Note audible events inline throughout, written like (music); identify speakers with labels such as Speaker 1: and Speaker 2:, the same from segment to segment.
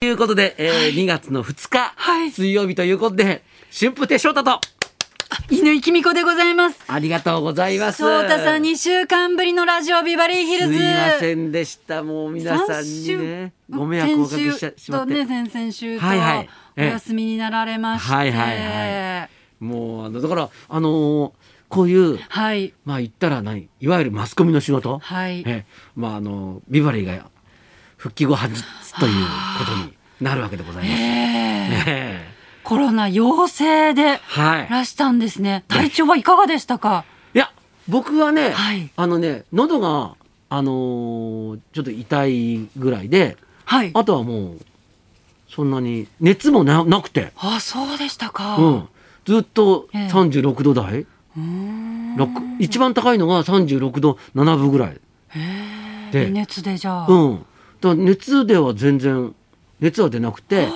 Speaker 1: ということで、えー2月の2日、
Speaker 2: はい
Speaker 1: 水曜日ということで春風亭昇太と
Speaker 2: 犬井きみ子でございます。
Speaker 1: ありがとうございます
Speaker 2: 翔太さん2週間ぶりのラジオビバリーヒル
Speaker 1: す
Speaker 2: ズ。
Speaker 1: いませんでしたもう皆さんにね
Speaker 2: 三週
Speaker 1: ご迷惑をおかけしちゃ
Speaker 2: 先週
Speaker 1: しまっ
Speaker 2: と
Speaker 1: て、
Speaker 2: ね先々週と
Speaker 1: はいはい
Speaker 2: お休みになられまして、
Speaker 1: はいはいもうあのだからあのーこういう
Speaker 2: はい
Speaker 1: まあ言ったら何いわゆるマスコミの仕事、
Speaker 2: はい
Speaker 1: えまああのビバリーが復帰後初ということになるわけでございます。
Speaker 2: えー
Speaker 1: ええ
Speaker 2: コロナ陽性で
Speaker 1: はい
Speaker 2: いらしたんですね。体調はいかがでしたか。
Speaker 1: いや僕はね、
Speaker 2: はい
Speaker 1: あのね喉があのーちょっと痛いぐらいで
Speaker 2: はい。
Speaker 1: あとはもうそんなに熱もななくて、
Speaker 2: あそうでしたか。
Speaker 1: うん、ずっと
Speaker 2: ええ
Speaker 1: 36度台、
Speaker 2: うーん
Speaker 1: 六一番高いのが36度7分ぐらい、
Speaker 2: へ
Speaker 1: で
Speaker 2: ー微熱でじゃあ。
Speaker 1: うん、だから熱では全然熱は出なくて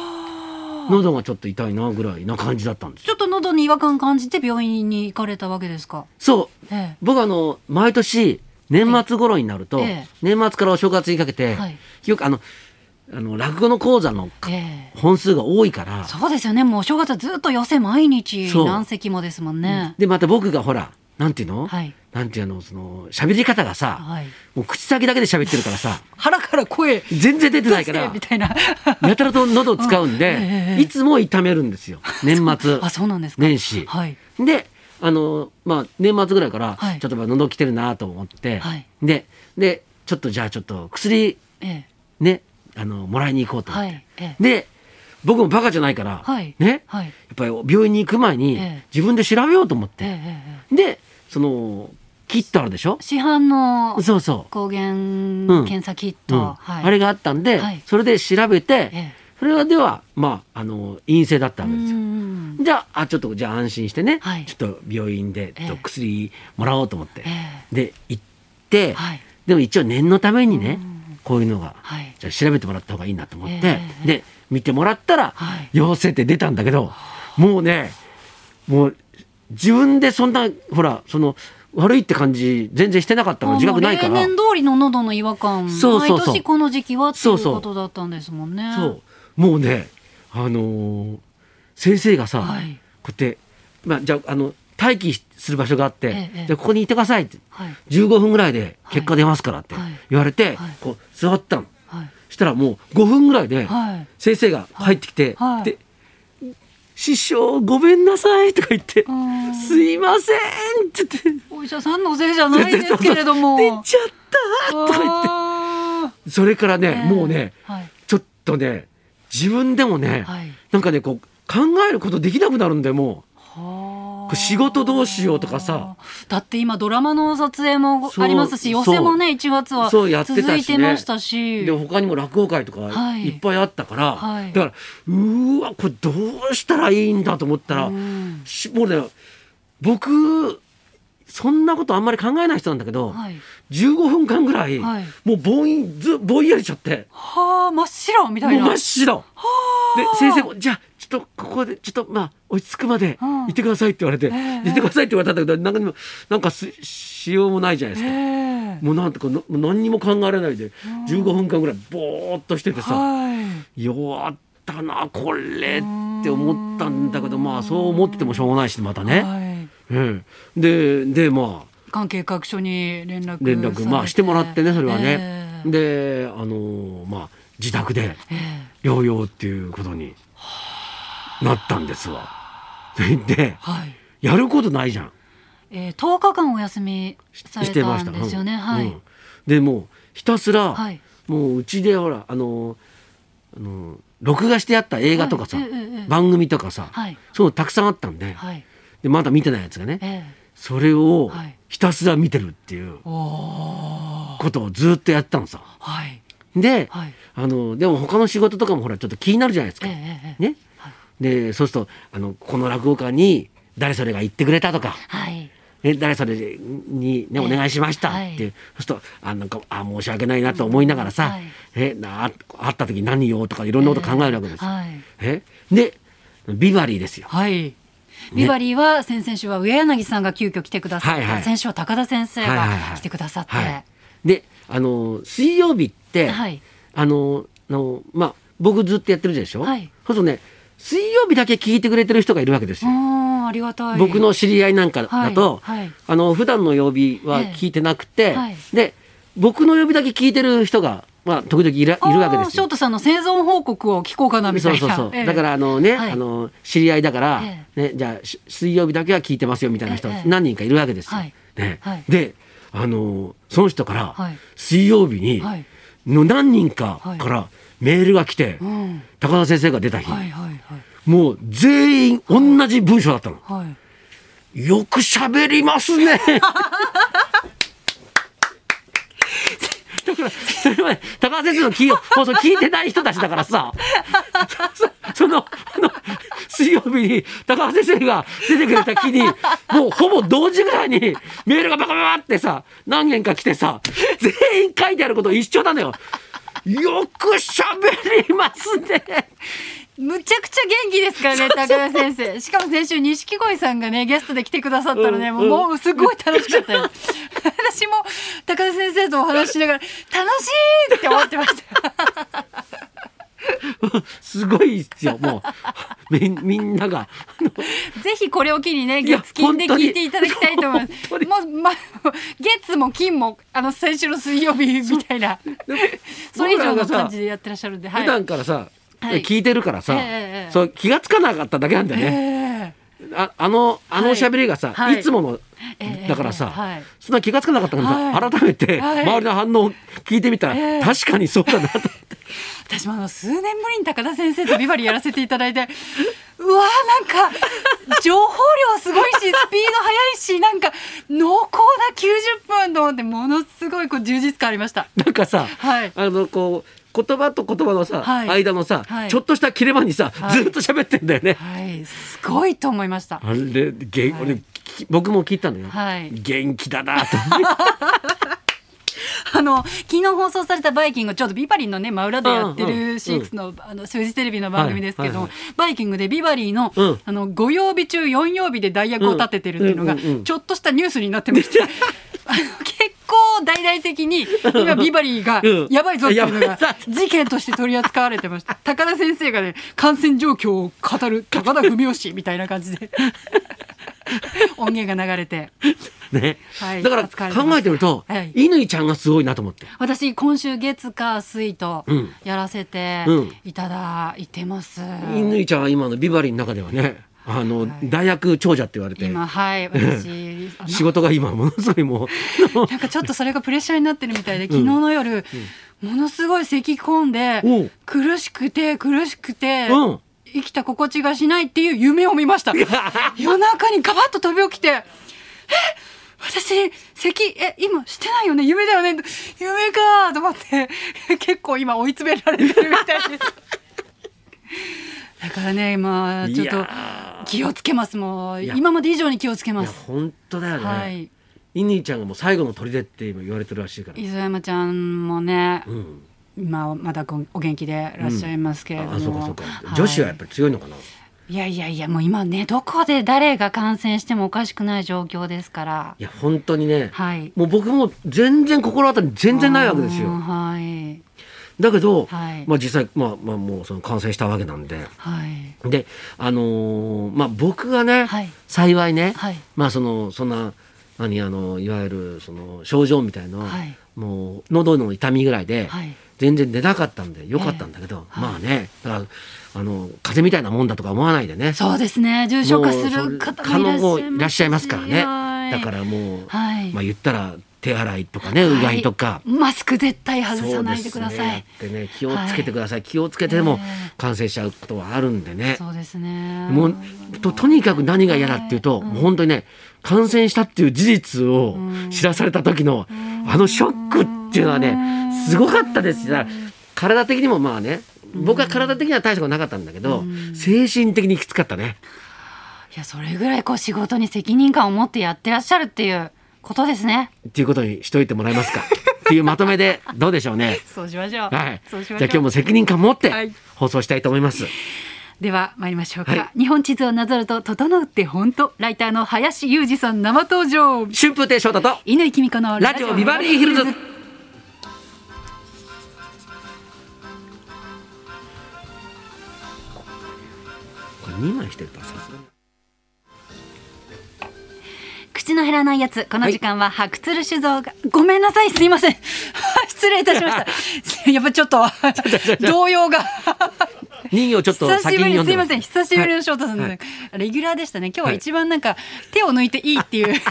Speaker 1: 喉がちょっと痛いなぐらいな感じだったんです
Speaker 2: ちょ
Speaker 1: よ。
Speaker 2: っと喉に違和感感じて病院に行かれたわけですか。
Speaker 1: そう
Speaker 2: え
Speaker 1: 僕あの毎年年末頃になると、
Speaker 2: ええ
Speaker 1: 年末からお正月にかけて、
Speaker 2: はい
Speaker 1: よくあのあの落語の講座の
Speaker 2: ええ
Speaker 1: 本数が多いから
Speaker 2: そうですよね。もうお正月はずっと寄せ毎日
Speaker 1: そう
Speaker 2: 何席もですもんね。
Speaker 1: でまた僕がほらなんていうの、
Speaker 2: はい
Speaker 1: なんていうのその喋り方がさ、
Speaker 2: はい
Speaker 1: もう口先だけで喋ってるからさ
Speaker 2: 腹から声
Speaker 1: 全然出てないか
Speaker 2: 出 (laughs) せ
Speaker 1: ら
Speaker 2: みたいな。
Speaker 1: やたらと喉を使うんで、
Speaker 2: うん (laughs) ええ
Speaker 1: いつも痛めるんですよ年末
Speaker 2: (laughs) あ、そうなんですか。
Speaker 1: 年始。
Speaker 2: はい。
Speaker 1: であのまあ年末ぐらいから、
Speaker 2: はい
Speaker 1: ちょっとやっぱ喉来てるなと思って、
Speaker 2: はい
Speaker 1: ででちょっとじゃあちょっと薬
Speaker 2: え
Speaker 1: ねあのもらいに行こう
Speaker 2: え、
Speaker 1: と思っ
Speaker 2: は
Speaker 1: て、
Speaker 2: い。ええ、
Speaker 1: で僕もバカじゃないから、
Speaker 2: はい
Speaker 1: ね、
Speaker 2: はい
Speaker 1: やっぱり病院に行く前に
Speaker 2: ええ
Speaker 1: 自分で調べようと思っ
Speaker 2: ええ、
Speaker 1: て、
Speaker 2: え
Speaker 1: でそのキットあるでしょ
Speaker 2: え。市販の
Speaker 1: そうそう、
Speaker 2: 抗原検査キッ
Speaker 1: うん
Speaker 2: ト、はい。
Speaker 1: あれがあったんで、
Speaker 2: はい
Speaker 1: それで調べて、
Speaker 2: ええ
Speaker 1: それはではまああの陰性だった
Speaker 2: う
Speaker 1: わけですよ。
Speaker 2: ん。
Speaker 1: じゃああちょっとじゃあ安心してね、
Speaker 2: はい
Speaker 1: ちょっと病院で
Speaker 2: ええ
Speaker 1: ちょっと薬もらおうと思って、
Speaker 2: え
Speaker 1: で行って、
Speaker 2: え、はい。
Speaker 1: でも一応念のためにね、
Speaker 2: うん
Speaker 1: こういうのが、
Speaker 2: はい。
Speaker 1: じゃあ調べてもらった方がいいなと思って、
Speaker 2: ええ
Speaker 1: で見てもらったら、
Speaker 2: はい
Speaker 1: 陽性って出たんだけどもうねもう自分でそんなほらその悪いって感じ全然してなかったから自覚ないか
Speaker 2: も
Speaker 1: ら
Speaker 2: う例年通りの喉の違和感。
Speaker 1: そうそうそう
Speaker 2: 毎年この時期はってい
Speaker 1: そう
Speaker 2: う
Speaker 1: そう
Speaker 2: ことだったんですもんね。
Speaker 1: そうもうねあのー先生がさ、
Speaker 2: はい
Speaker 1: こうやって、まあ、じゃああの待機する場所があって、
Speaker 2: ええ
Speaker 1: じゃあここにいてくださいって
Speaker 2: はい。
Speaker 1: 15分ぐらいで結果出ますからって
Speaker 2: はい
Speaker 1: 言われて、
Speaker 2: はい
Speaker 1: こう座ったの
Speaker 2: はい。
Speaker 1: したらもう5分ぐらいで、
Speaker 2: はい。
Speaker 1: 先生が入ってきて、
Speaker 2: はい
Speaker 1: で師匠ごめんなさい」とか言って
Speaker 2: う
Speaker 1: 「
Speaker 2: ん
Speaker 1: すいません」って言って
Speaker 2: お医者さんのせいじゃないですけれ
Speaker 1: (laughs)
Speaker 2: ども。
Speaker 1: 出ちゃった」とか言っ
Speaker 2: あ
Speaker 1: てそれからね、
Speaker 2: ー
Speaker 1: もうね
Speaker 2: はい、
Speaker 1: ちょっとね自分でもね、
Speaker 2: はい
Speaker 1: なんかねこう考えることできなくなるんだよも
Speaker 2: は
Speaker 1: これ仕事どうしようとかさ。
Speaker 2: だって今ドラマの撮影も
Speaker 1: そう
Speaker 2: ありますし、予選もね、1月は
Speaker 1: そ
Speaker 2: 続
Speaker 1: うやってたしね
Speaker 2: いてました
Speaker 1: う
Speaker 2: し。
Speaker 1: で他にも落語会とか
Speaker 2: はい
Speaker 1: いっぱいあったから、
Speaker 2: はい
Speaker 1: だからうーわこれどうしたらいいんだと思ったら、
Speaker 2: うん
Speaker 1: しもうね僕そんなことあんまり考えない人なんだけど、
Speaker 2: はい。
Speaker 1: 15分間ぐらい、
Speaker 2: はい
Speaker 1: もうぼんやずぼんやりしちゃって
Speaker 2: はあ、真っ白み
Speaker 1: も
Speaker 2: た
Speaker 1: う
Speaker 2: いな。
Speaker 1: 真っ白で先生も「じゃあちょっとここでちょっとまあ落ち着くまで
Speaker 2: うん
Speaker 1: 行ってください」って言われて「
Speaker 2: ええ
Speaker 1: 行ってください」って言われたんだけどなんかにもなんかすしようもないじゃないですか。
Speaker 2: ええ
Speaker 1: もうなんとかのもう何にも考えられないで15分間ぐらいぼーっとしててさ
Speaker 2: は
Speaker 1: 「弱ったなこれ」って思ったんだけどまあそう思っててもしょうがないしまた
Speaker 2: い。
Speaker 1: ね。
Speaker 2: はい
Speaker 1: ええででまあ
Speaker 2: 関係各所に連絡
Speaker 1: 連絡まあしてもらってねそれはね、
Speaker 2: で、
Speaker 1: であのまあ自宅で
Speaker 2: ええ
Speaker 1: 療養っていうことになったんですわ。 (laughs) で
Speaker 2: はい。
Speaker 1: やることないじゃん
Speaker 2: えー、10日間お休み
Speaker 1: し
Speaker 2: され
Speaker 1: してま
Speaker 2: た
Speaker 1: した。
Speaker 2: んですよね。
Speaker 1: うん
Speaker 2: はい、
Speaker 1: うんでもうひたすら、
Speaker 2: はい
Speaker 1: もううちでほらあのあの録画してあった映画とかさ、
Speaker 2: はいええええ
Speaker 1: 番組とかさ、
Speaker 2: はい
Speaker 1: そういうのたくさんあったんで,、
Speaker 2: はい。
Speaker 1: でまだ見てないやつがね
Speaker 2: え
Speaker 1: それを
Speaker 2: はい
Speaker 1: ひたすら見てるっていう
Speaker 2: えおー
Speaker 1: ことをずっとやってたのさ。
Speaker 2: はい。
Speaker 1: で、
Speaker 2: はい
Speaker 1: あのでも他の仕事とかもほらちょっと気になるじゃないです
Speaker 2: え
Speaker 1: か。
Speaker 2: えええええ
Speaker 1: ね、でそうするとあのこの落語家に誰それが言ってくれたとか、
Speaker 2: はい。
Speaker 1: ね、誰それに、ね、
Speaker 2: ええ
Speaker 1: お願いしましたっていう、
Speaker 2: はい
Speaker 1: そうするとあなんかあ申し訳ないなと思いながらさ、
Speaker 2: うんはい
Speaker 1: えなあ会った時何よとかいろんなこと考えるわけですよ。
Speaker 2: はい。
Speaker 1: えでビバリーですよ。
Speaker 2: はい。ビバリーは先々週は上柳さんが急遽来てくださって、
Speaker 1: はいはい
Speaker 2: 先週は高田先生
Speaker 1: はい
Speaker 2: が
Speaker 1: はいはい
Speaker 2: 来てくださって、
Speaker 1: はい、であの水曜日って、
Speaker 2: はい
Speaker 1: あののまあ僕ずっとやってるでしょ、
Speaker 2: はい
Speaker 1: そうするとね水曜日だけ聞いてくれてる人がいるわけですよ、
Speaker 2: あありがたい。
Speaker 1: 僕の知り合いなんかだと、
Speaker 2: はいはい
Speaker 1: あの普段の曜日は
Speaker 2: ええ
Speaker 1: 聞いてなくて、
Speaker 2: はい
Speaker 1: で僕の曜日だけ聞いてる人が、まあ、時々いらいるわけで
Speaker 2: あー
Speaker 1: す
Speaker 2: ショー
Speaker 1: よ。
Speaker 2: トさんの生存報告を聞こうかなみたい
Speaker 1: そう
Speaker 2: な。
Speaker 1: そうそう、
Speaker 2: ええ
Speaker 1: だからあのね、
Speaker 2: はい
Speaker 1: あの知り合いだから、
Speaker 2: え
Speaker 1: ね、じゃあし水曜日だけは聞いてますよみたいな人、
Speaker 2: ええ
Speaker 1: 何人かいるわけですよ。
Speaker 2: はい
Speaker 1: ね
Speaker 2: はい
Speaker 1: であのその人から、
Speaker 2: はい
Speaker 1: 水曜日に
Speaker 2: はい
Speaker 1: の何人かからメールが来て、
Speaker 2: うん
Speaker 1: 高田先生が出た日、
Speaker 2: はいはい
Speaker 1: もう全員同じ文章だったの。
Speaker 2: はいはい。
Speaker 1: よく喋りますね。だからそれまで高橋先生の聞い放送聞いてない人たちだからさそそのあの水曜日に高橋先生が出てくれた日にもうほぼ同時ぐらいにメールがバカバカってさ何件か来てさ全員書いてあること一緒なのよ。よく喋りますね。
Speaker 2: むちゃくちゃ元気ですからね高田先生。しかも先週錦鯉さんがねゲストで来てくださったのね、
Speaker 1: うん
Speaker 2: もう
Speaker 1: うん
Speaker 2: もうすごい楽しかったよ。 (laughs) 私も高田先生とお話ししながら楽しいって思ってました。
Speaker 1: すごいですよもうみみんなが。あの
Speaker 2: ぜひこれを機にね
Speaker 1: いや
Speaker 2: 月金で聞いていただきたいと思いま
Speaker 1: 本当に
Speaker 2: す。もうま月も金もあの先週の水曜日みたいな
Speaker 1: でも
Speaker 2: それ
Speaker 1: 僕
Speaker 2: 以上
Speaker 1: ら
Speaker 2: の
Speaker 1: がさ
Speaker 2: 感じでやってらっしゃるんで、は
Speaker 1: 普
Speaker 2: い。
Speaker 1: 段からさ、
Speaker 2: はい
Speaker 1: 聞いてるからさ、
Speaker 2: ええええ
Speaker 1: そう気がつかなかっただけなんだよね、
Speaker 2: ええ
Speaker 1: ああのあの
Speaker 2: はい
Speaker 1: 喋りがさ、
Speaker 2: はい
Speaker 1: い、つもの
Speaker 2: ええ
Speaker 1: だからさ、
Speaker 2: はい
Speaker 1: そんな気がつかなかったからさ、
Speaker 2: はい
Speaker 1: 改めて
Speaker 2: はい
Speaker 1: 周りの反応を聞いてみたら、
Speaker 2: ええ
Speaker 1: 確かにそうだなと、
Speaker 2: 私もあの数年ぶりに高田先生とビバリーやらせていただいてうわーなんか情報量すごいしスピード速いしなんか濃厚な90分と思ってものすごいこう充実感ありました。
Speaker 1: なんかさ、
Speaker 2: はい
Speaker 1: あのこう言葉と言葉のさ、
Speaker 2: はい
Speaker 1: 間のさ、
Speaker 2: はい
Speaker 1: ちょっとした切れ間にさ、
Speaker 2: はい
Speaker 1: ずっと喋ってんだよね。
Speaker 2: はい、すごいと思いました。
Speaker 1: あれげ、
Speaker 2: はい
Speaker 1: 俺き僕も聞いたのよ、
Speaker 2: はい
Speaker 1: 元気だなと (laughs)
Speaker 2: (laughs) あの昨日放送された「バイキング」ちょうどビバリーのね真裏でやって
Speaker 1: うんうんうん
Speaker 2: るシークスのあの数字テレビの番組ですけど、
Speaker 1: はいはい
Speaker 2: バイキングでビバリーの,、
Speaker 1: うん
Speaker 2: あの5曜日中4曜日で代役を立ててるっていうのが、
Speaker 1: うんうんうんうん
Speaker 2: ちょっとしたニュースになってま
Speaker 1: (laughs)
Speaker 2: して。あの結構大々的に今ビバリーが
Speaker 1: うん
Speaker 2: やばいぞっていうの
Speaker 1: やばい
Speaker 2: が
Speaker 1: ぞ
Speaker 2: 事件として取り扱われてました高田先生がね感染状況を語る高田文雄氏みたいな感
Speaker 1: (laughs)
Speaker 2: じで音源が流れて
Speaker 1: ね、
Speaker 2: はい
Speaker 1: だから
Speaker 2: 疲れてます
Speaker 1: 考えてみると、
Speaker 2: はい
Speaker 1: 乾ちゃんがすごいなと思って。
Speaker 2: 私今週月火水と
Speaker 1: うん
Speaker 2: やらせて
Speaker 1: うん
Speaker 2: いただいてます、
Speaker 1: 乾ちゃんは今のビバリーの中ではねあの、
Speaker 2: はい
Speaker 1: 大学長者って言われて
Speaker 2: 今
Speaker 1: (laughs)
Speaker 2: はい私あの
Speaker 1: 仕事が今ものすごいもう
Speaker 2: なんかちょっとそれがプレッシャーになってるみたいで昨日の夜、ものすごい咳き込んで
Speaker 1: おう
Speaker 2: 苦しくて苦しくて、
Speaker 1: うん
Speaker 2: 生きた心地がしない (laughs) っていう夢を見ました夜中にガバッと飛び起きて「え私咳え今してないよね夢だよね夢か」と思って (laughs) 結構今追い詰められてるみたいです。 (laughs) だからね今ちょっ
Speaker 1: い
Speaker 2: と
Speaker 1: や
Speaker 2: 気をつけますもう
Speaker 1: いや
Speaker 2: 今まで以上に気をつけ
Speaker 1: ーい
Speaker 2: ま
Speaker 1: や
Speaker 2: す。
Speaker 1: 本当だよね、
Speaker 2: はい
Speaker 1: 乾ちゃんがもう最後の砦って今言われてるらしいから、
Speaker 2: 磯山ちゃんもね、
Speaker 1: うん、
Speaker 2: 今まだごお元気でいらっしゃいますけれども、
Speaker 1: あそうかそうか、
Speaker 2: はい
Speaker 1: 女子はやっぱり強いのかない
Speaker 2: やいやいやもう今ねどこで誰が感染してもおかしくない状況ですから
Speaker 1: いや本当にね、
Speaker 2: はい
Speaker 1: もう僕も全然心当たり全然ないわけです
Speaker 2: うん
Speaker 1: よ
Speaker 2: はい
Speaker 1: だけど、
Speaker 2: はい
Speaker 1: まあ実際、まあ、まあもうその感染したわけなんで
Speaker 2: はい
Speaker 1: であのーまあ僕がね、
Speaker 2: はい
Speaker 1: 幸いね、
Speaker 2: はい
Speaker 1: まあそのそんな何あのいわゆるその症状みたいな、
Speaker 2: はい
Speaker 1: もう喉の痛みぐらいで、
Speaker 2: はい
Speaker 1: 全然出なかったんでよかったんだけど、
Speaker 2: ええ
Speaker 1: まあねだからあの風邪みたいなもんだとか思わないでね
Speaker 2: そうですね重症化する方もい
Speaker 1: もうそれ可
Speaker 2: らっしゃいますし
Speaker 1: 能もいらっしゃいますからね、
Speaker 2: はい
Speaker 1: だからもう、
Speaker 2: はい
Speaker 1: まあ言ったら手洗いとかね、うがいとか。
Speaker 2: マスク絶対
Speaker 1: そう
Speaker 2: 外
Speaker 1: です
Speaker 2: さないでください
Speaker 1: ね、やってね気をつけてください、気をつけても
Speaker 2: え
Speaker 1: 感染しちゃうことはあるんでね、
Speaker 2: そうですね
Speaker 1: もうととにかく何が嫌だっていうと、もう本当にね感染したっていう事実を知らされた時の、あのショックっていうのはね、すごかったですだから体的にもまあね僕は体的には大したことなかったんだけど、精神的にきつかったね。
Speaker 2: いやそれぐらいこう仕事に責任感を持ってやってらっしゃるっていうことですね
Speaker 1: っていうことにしといてもらえ
Speaker 2: (laughs)
Speaker 1: ますかっていうまとめでどうでしょうね。
Speaker 2: そうしましょう
Speaker 1: はい、じ
Speaker 2: そうし
Speaker 1: ゃあ
Speaker 2: ましょ
Speaker 1: 今
Speaker 2: う
Speaker 1: 日も責任感持っ
Speaker 2: はい
Speaker 1: て放送したいと思います。
Speaker 2: では参りましょうか、
Speaker 1: は
Speaker 2: 日本地図をなぞると整うって本当ライターの林裕二さん生登場
Speaker 1: 春風亭昇太と
Speaker 2: 乾きみ子の
Speaker 1: ラジオビバリーヒルズ。これ2枚してるからさすがに
Speaker 2: 口の減らないやつこの時間は白鶴酒造が、ごめんなさいすいません (laughs) 失礼いたしました (laughs) やっぱちょっと動揺が
Speaker 1: 人形ちょっと
Speaker 2: 久
Speaker 1: 先
Speaker 2: し
Speaker 1: に
Speaker 2: ぶ
Speaker 1: 読
Speaker 2: りに
Speaker 1: ん
Speaker 2: す
Speaker 1: で
Speaker 2: いま
Speaker 1: ます
Speaker 2: せん久しぶり
Speaker 1: は
Speaker 2: の
Speaker 1: い
Speaker 2: 翔太さん
Speaker 1: は
Speaker 2: で
Speaker 1: い
Speaker 2: レギュラーでしたね今日は
Speaker 1: はい
Speaker 2: 一番なんか手を抜いていいっていう
Speaker 1: (laughs)
Speaker 2: 自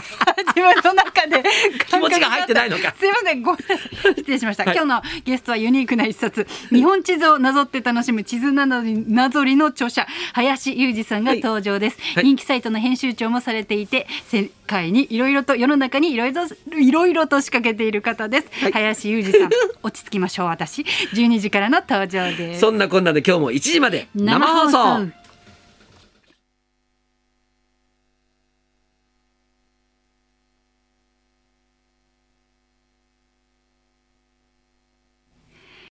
Speaker 2: 分の中で感覚
Speaker 1: 気持ちが入ってないのか
Speaker 2: すいませんごめんなさい失礼しました
Speaker 1: はい
Speaker 2: 今日のゲストはユニークな一冊日本地図をなぞって楽しむ地図なぞりなぞりの著者林裕二さんが登場です
Speaker 1: はい
Speaker 2: 人気サイトの編集長もされていて世界にいろいろと世の中にいろいろいろいろと仕掛けている方です
Speaker 1: はい
Speaker 2: 林裕二さん落ち着きましょう私12時からの登場です
Speaker 1: そんなこんなで今日も1時まで生放
Speaker 2: 生放
Speaker 1: 送
Speaker 2: 送